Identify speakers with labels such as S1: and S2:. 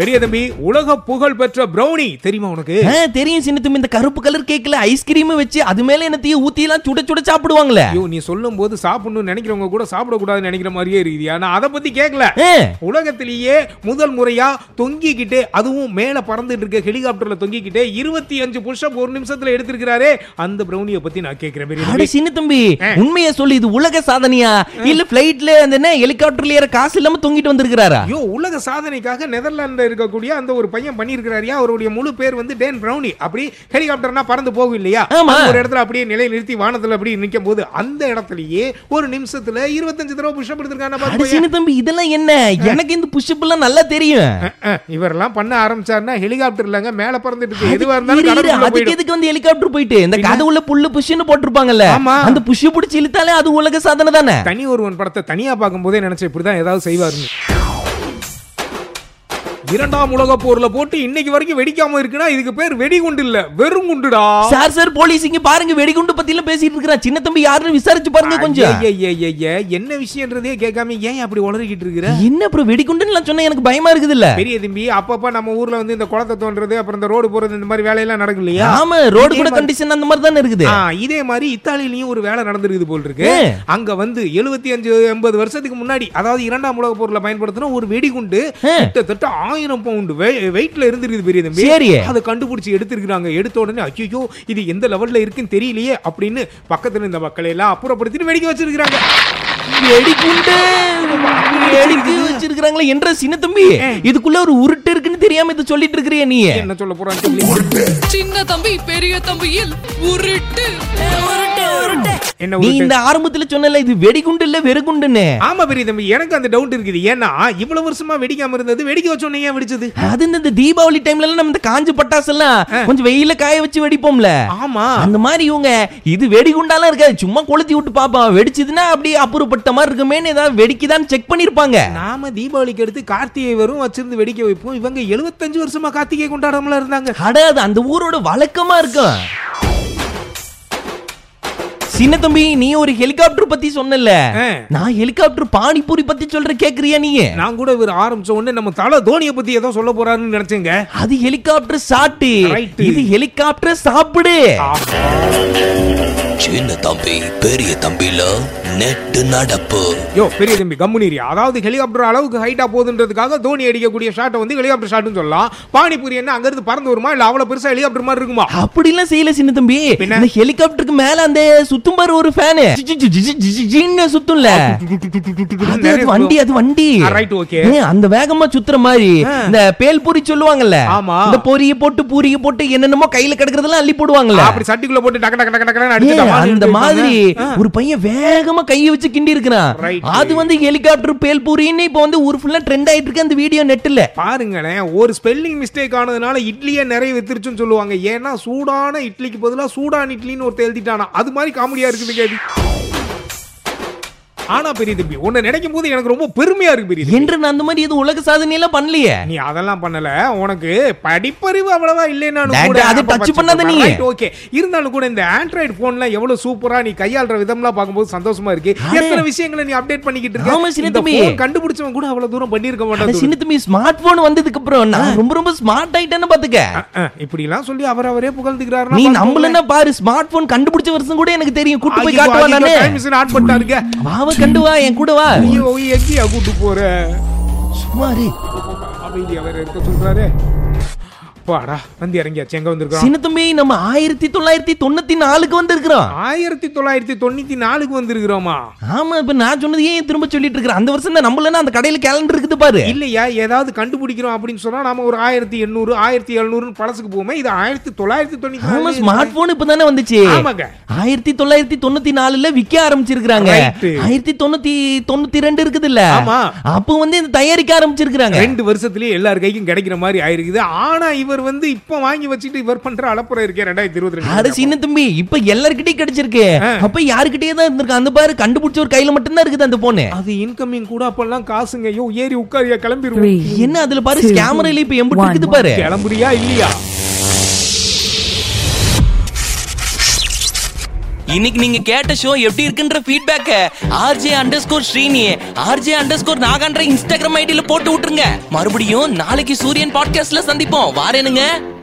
S1: பெரிய தம்பி உலக புகழ் பெற்ற ப்ரௌனி தெரியுமா உனக்கு
S2: ஆ, தெரியும் சின்ன தம்பி இந்த கருப்பு கலர் கேக்ல ஐஸ்கிரீம் வச்சு அது மேல என்னத்தையும் ஊத்தி எல்லாம் சுட சுட சாப்பிடுவாங்களே
S1: ஐயோ நீ சொல்லும் போது சாப்பிடணும்னு நினைக்கிறவங்க கூட சாப்பிடக்கூடாதுன்னு நினைக்கிற மாதிரியே இருக்குதியா நான் அதை பத்தி கேட்கல
S2: ஆ,
S1: உலகத்திலேயே முதல் முறையா தொங்கிக்கிட்டு அதுவும் மேல பறந்துட்டு இருக்க ஹெலிகாப்டர்ல தொங்கிக்கிட்டு இருபத்தி அஞ்சு புஷ்அப் ஒரு நிமிஷத்துல எடுத்திருக்கிறாரே அந்த ப்ரௌனியை பத்தி நான் கேட்கிறேன் பெரிய
S2: அட
S1: தம்பி
S2: சின்ன தம்பி
S1: ஆ.
S2: உண்மையை சொல்லு இது உலக சாதனையா இல்ல பிளைட்ல அந்த என்ன ஹெலிகாப்டர்ல ஏற காசு இல்லாம தொங்கிட்டு வந்திருக்கிறாரா
S1: ஐயோ உலக சாதனைக்காக நெதர்லாந்துல இருக்கக்கூடிய அந்த ஒரு பையன் பண்ணியிருக்கிறாரியா அவருடைய முழு பேர் வந்து டேன் ப்ரௌனி அப்படி ஹெலிகாப்டர்னா பறந்து போகும் இல்லையா
S2: ஆமா.
S1: அது ஒரு இடத்துல அப்படியே நிலை நிறுத்தி வானத்துல அப்படியே நிற்கும் போது அந்த இடத்துலயே ஒரு நிமிஷத்துல இருபத்தஞ்சு தடவை புஷ்அப் எடுத்திருக்காங்க
S2: அட
S1: பாருங்க
S2: சின்ன தம்பி இதெல்லாம் என்ன எனக்கு இந்த புஷ்அப் எல்லாம் நல்லா தெரியும்
S1: இவரெல்லாம் பண்ண ஆரம்பிச்சாருன்னா ஹெலிகாப்டர் இல்லங்க மேல பறந்துட்டு இருக்கு எதுவா
S2: இரு,
S1: இருந்தாலும்
S2: இரு,
S1: கடலுக்குள்ள
S2: அதுக்கு
S1: போயிடும்
S2: எதுக்கு வந்து ஹெலிகாப்டர் போயிட்டு இந்த கதவுல புல்லு புஷ்னு போட்டிருப்பாங்கல்ல
S1: ஆமா.
S2: அந்த புஷ் பிடிச்சி இழுத்தாலே அது உலக சாதனை தானே
S1: தனி ஒருவன் படத்தை தனியா பார்க்கும்போதே நினைச்சேன் இப்படிதான் ஏதாவது செய்வாருன்னு இரண்டாம் உலக போர்ல போட்டு இன்னைக்கு வரைக்கும் வெடிக்காம இருக்குன்னா இதுக்கு பேர் வெடிகுண்டு இல்ல வெறும் குண்டுடா
S2: சார் சார் போலீஸ் இங்க பாருங்க வெடிகுண்டு பத்தி எல்லாம் பேசிட்டு இருக்கிறான் சின்ன தம்பி யாருன்னு விசாரிச்சு பாருங்க கொஞ்சம்
S1: ஐயையையைய, என்ன விஷயம்ன்றதே கேட்காம ஏன் அப்படி உளறிக்கிட்டு இருக்கிற
S2: என்ன அப்புறம் வெடிகுண்டுன்னு எல்லாம் சொன்னா எனக்கு பயமா இருக்குது இல்ல
S1: பெரிய தம்பி அப்பப்ப நம்ம ஊர்ல வந்து இந்த குளத்தை தோன்றது அப்புறம் இந்த ரோடு போறது இந்த மாதிரி வேலையெல்லாம் நடக்கும் இல்லையா
S2: ஆமா ரோடு கூட
S1: இதே மாதிரி-
S2: கண்டிஷன் அந்த மாதிரி தானே இருக்குது
S1: ஆ, இதே மாதிரி இத்தாலியிலயும் ஒரு வேலை நடந்திருக்குது போல் இருக்கு
S2: ஏ.
S1: அங்க வந்து எழுபத்தி அஞ்சு எண்பது வருஷத்துக்கு முன்னாடி அதாவது இரண்டாம் உலக போர்ல பயன்படுத்தின ஒரு வெடிகுண்டு
S2: ஆ.
S1: கிட்டத்தட்ட ஆயிரம் பவுண்டு வெயிட்ல இருந்திருக்குது பெரிய தம்பி
S2: சரி
S1: அதை கண்டுபிடிச்சு எடுத்திருக்காங்க எடுத்த உடனே ஐயோ இது எந்த லெவல்ல இருக்குன்னு தெரியலையே அப்படின்னு பக்கத்துல இருந்த மக்களை எல்லாம் அப்புறப்படுத்திட்டு வெடிக்க வச்சிருக்காங்க
S2: வெடிகுண்டு வெடிக்கு வச்சிருக்காங்களே என்ற சின்ன தம்பி இதுக்குள்ள ஒரு உருட்டு இருக்குன்னு தெரியாம இது சொல்லிட்டு இருக்கிறிய நீ
S1: என்ன சொல்ல போறான்னு தெரியல.
S3: சின்ன தம்பி பெரிய தம்பியில் உருட்டு
S1: என்ன
S2: நீ
S1: ஒரு
S2: இந்த ஆரம்பத்துல சொன்னல இது வெடிகுண்டு இல்ல வெறுகுண்டுன்னு
S1: ஆமா பெரிய தம்பி எனக்கு அந்த டவுட் இருக்குது ஏன்னா இவ்வளவு வருஷமா வெடிக்காம இருந்தது வெடிக்க வச்சோன்னே ஏன் வெடிச்சது
S2: அது இந்த- இந்த தீபாவளி டைம்ல எல்லாம் நம்ம இந்த காஞ்ச பட்டாசு எல்லாம் கொஞ்சம் வெயில காய வச்சு வெடிப்போம்ல
S1: ஆமா
S2: அந்த மாதிரி இவங்க இது வெடிகுண்டாலாம் இருக்காது சும்மா கொளுத்தி விட்டு பாப்பான் வெடிச்சதுன்னா அப்படியே அப்புறப்பட்ட மாதிரி இருக்குமேன்னு ஏதாவது வெடிக்குதான்னு செக் பண்ணிருப்பாங்க
S1: நாம தீபாவளிக்கு அடுத்து கார்த்திகை வரும் வச்சிருந்து வெடிக்க வைப்போம் இவங்க 75 வருஷமா கார்த்திகை கொண்டாடாமல இருந்தாங்க
S2: அட அது அந்த ஊரோட வழக்கமா இருக்கும் சின்ன தம்பி நீ ஒரு ஹெலிகாப்டர் பத்தி சொன்னல
S1: ஆ.
S2: நான் ஹெலிகாப்டர் பானிபூரி பத்தி சொல்ற கேக்குறியா நீ
S1: நான் கூட இவர் ஆரம்பிச்ச உடனே நம்ம தல தோனியை பத்தி ஏதோ சொல்ல போறாருன்னு நினைச்சேங்க
S2: அது ஹெலிகாப்டர் சாட்டு
S1: Right.
S2: இது ஹெலிகாப்டர் சாப்பிடு
S4: சின்ன தம்பி பெரிய தம்பில நெட்டு நடப்பு
S1: யோ பெரிய தம்பி கம்முனீரியா அதாவது ஹெலிகாப்டர் அளவுக்கு ஹைட்டா போகுதுன்றதுக்காக தோனி அடிக்கக்கூடிய ஷாட்டை வந்து ஹெலிகாப்டர் ஷாட்னு சொல்லலாம் பானிபூரி என்ன அங்கிருந்து பறந்து வருமா இல்ல அவ்வளவு பெருசா ஹெலிகாப்டர் மாதிரி இருக்குமா
S2: அப்படிலாம் செய்யல சின்ன தம்பி
S1: பின்ன?
S2: இந்த ஹெலிகாப்டருக்கு மேல அந்த சுத்தும் பாரு ஒரு ஃபேனு சுத்தும்ல அது அது வண்டி அது வண்டி
S1: ஆ, right, okay.
S2: ஏ, அந்த வேகமா சுத்துற மாதிரி இந்த பேல் பூரி சொல்லுவாங்கல்ல
S1: ஆமா.
S2: இந்த பொரிய போட்டு பூரிய போட்டு என்னென்னமோ கையில கிடக்குறதெல்லாம் அள்ளி போடுவாங்கல்ல
S1: அப்படி சட்டிக்குள்ள போட்டு டக்கு டக்கு டக்கு டக்கு
S2: ஏ,
S1: அடிச்சு டமால்
S2: அந்த
S1: எடுத்து
S2: மாதிரி
S1: வச்சிருந்தாங்க.
S2: ஒரு பையன் வேகமா கையை வச்சு கிண்டி இருக்கிறான்
S1: Right.
S2: அது வந்து ஹெலிகாப்டர் பேல் பூரின்னு இப்ப வந்து ஊர் ஃபுல்லா ட்ரெண்ட் ஆயிட்டு இருக்கு அந்த வீடியோ நெட்ல
S1: பாருங்களேன் ஒரு ஸ்பெல்லிங் மிஸ்டேக் ஆனதுனால இட்லியே நிறைய வித்துருச்சுன்னு சொல்லுவாங்க ஏன்னா சூடான இட்லிக்கு பதிலாக சூடான் இட்லின்னு ஒரு எழுதிட்டானா அது மாதிரி காமெடியா இருக்குது கேள்வி ஆனா பெரிய தம்பி உன்னை நினைக்கும் போது எனக்கு ரொம்ப பெருமையா இருக்கு பெரிய தம்பி.
S2: என்று நான் அந்த மாதிரி எதுவும் உலக சாதனை எல்லாம் பண்ணலையே
S1: நீ அதெல்லாம் பண்ணல உனக்கு படிப்பறிவு அவ்வளவா இல்லைனாலும்
S2: டேய்,
S1: கூட
S2: அது
S1: அப்ப
S2: touch
S1: பச்சை
S2: பண்ணாத
S1: பண்ணலாம்.
S2: நீ.
S1: Right, okay. இருந்தாலும் கூட இந்த ஆண்ட்ராய்டு போன்ல எவ்வளவு சூப்பரா நீ கையாளுற விதம்லாம் பார்க்கும்போது சந்தோஷமா இருக்கு
S2: அடே.
S1: எத்தனை விஷயங்களை நீ அப்டேட் பண்ணிக்கிட்டு
S2: ஆமா,
S1: இருக்க
S2: சின்ன
S1: இந்த
S2: தம்பி.
S1: phone கண்டுபிடிச்சவன் கூட அவ்வளவு தூரம் பண்ணியிருக்க
S2: அந்த
S1: மாட்டான்
S2: சின்ன தம்பி ஸ்மார்ட் போன் வந்ததுக்கு அப்புறம் நான் ரொம்ப ரொம்ப ஸ்மார்ட் ஆயிட்டேன்னு பாத்துக்க
S1: இப்படி எல்லாம் சொல்லி அவர் அவரே புகழ்ந்துக்கிறாரு
S2: நீ நம்மளன்னா பாரு ஸ்மார்ட் போன் கண்டுபிடிச்ச வருஷம் கூட எனக்கு தெரியும் கூட்டு போய் காட்டுவா நானு வாவ கண்டு வா என் கூட வா
S1: கூட்டு போற
S2: சும்மா இரு.
S1: அமைதியா வேற இருக்க சொல்றாரு அப்பாடா வந்து இறங்கியாச்சு எங்க வந்திருக்கோம்
S2: சின்ன தம்பி நம்ம ஆயிரத்தி தொள்ளாயிரத்தி தொண்ணூத்தி நாலுக்கு வந்திருக்கிறோம்
S1: ஆயிரத்தி தொள்ளாயிரத்தி தொண்ணூத்தி நாலுக்கு வந்திருக்கிறோமா
S2: ஆமா இப்ப நான் சொன்னது ஏன் திரும்ப சொல்லிட்டு இருக்கிறேன் அந்த வருஷம் தான் நம்மளன்னா அந்த கடையில கேலண்டர் இருக்குது பாரு
S1: இல்லையா ஏதாவது கண்டுபிடிக்கிறோம் அப்படின்னு சொன்னா நாம ஒரு ஆயிரத்தி எண்ணூறு ஆயிரத்தி எழுநூறுன்னு பழசுக்கு போவோமே இது ஆயிரத்தி தொள்ளாயிரத்தி
S2: ஆமா
S1: தொண்ணூத்தி
S2: ஸ்மார்ட் போன் இப்பதானே வந்துச்சு
S1: ஆமாங்க.
S2: ஆயிரத்தி தொள்ளாயிரத்தி தொண்ணூத்தி நாலுல விக்க ஆரம்பிச்சிருக்காங்க
S1: Right.
S2: ஆயிரத்தி தொண்ணூத்தி தொண்ணூத்தி ரெண்டு இருக்குது இல்ல
S1: ஆமா.
S2: அப்போ வந்து இந்த தயாரிக்க ஆரம்பிச்சிருக்காங்க
S1: ரெண்டு வருஷத்துலயே எல்லார் கைக்கும் கிடைக்கிற மாதிரி ஆயிருக்குது ஆனா இவர் வந்து இப்ப வாங்கி வச்சுட்டு இவர் பண்ற அளப்புற இருக்கே ரெண்டாயிரத்தி இருபத்தி
S2: அட
S1: ரெண்டு
S2: சின்ன தம்பி இப்ப எல்லார்கிட்டயும் கிடைச்சிருக்கு அப்ப யாருக்கிட்டயே தான் இருந்திருக்கு அந்த பாரு கண்டுபிடிச்ச ஒரு கையில மட்டும்தான் இருக்குது அந்த போனு
S1: அது இன்கமிங் கூட அப்பெல்லாம் காசுங்க ஐயோ ஏறி உட்காரியா கிளம்பிடுவோம்
S2: என்ன அதுல பாரு கேமரால இப்ப எம்பிட்டு இருக்குது பாரு
S1: கிளம்புறியா இல்லையா
S2: இன்னைக்கு நீங்க கேட்ட ஷோ எப்படி இருக்குன்ற ஃபீட்பேக்க RJ underscore Srini RJ underscore நாகான்ற இன்ஸ்டாகிராம் ஐடியில போட்டு விட்டுருங்க மறுபடியும் நாளைக்கு சூரியன் பாட்காஸ்ட்ல சந்திப்போம் வாரேனுங்க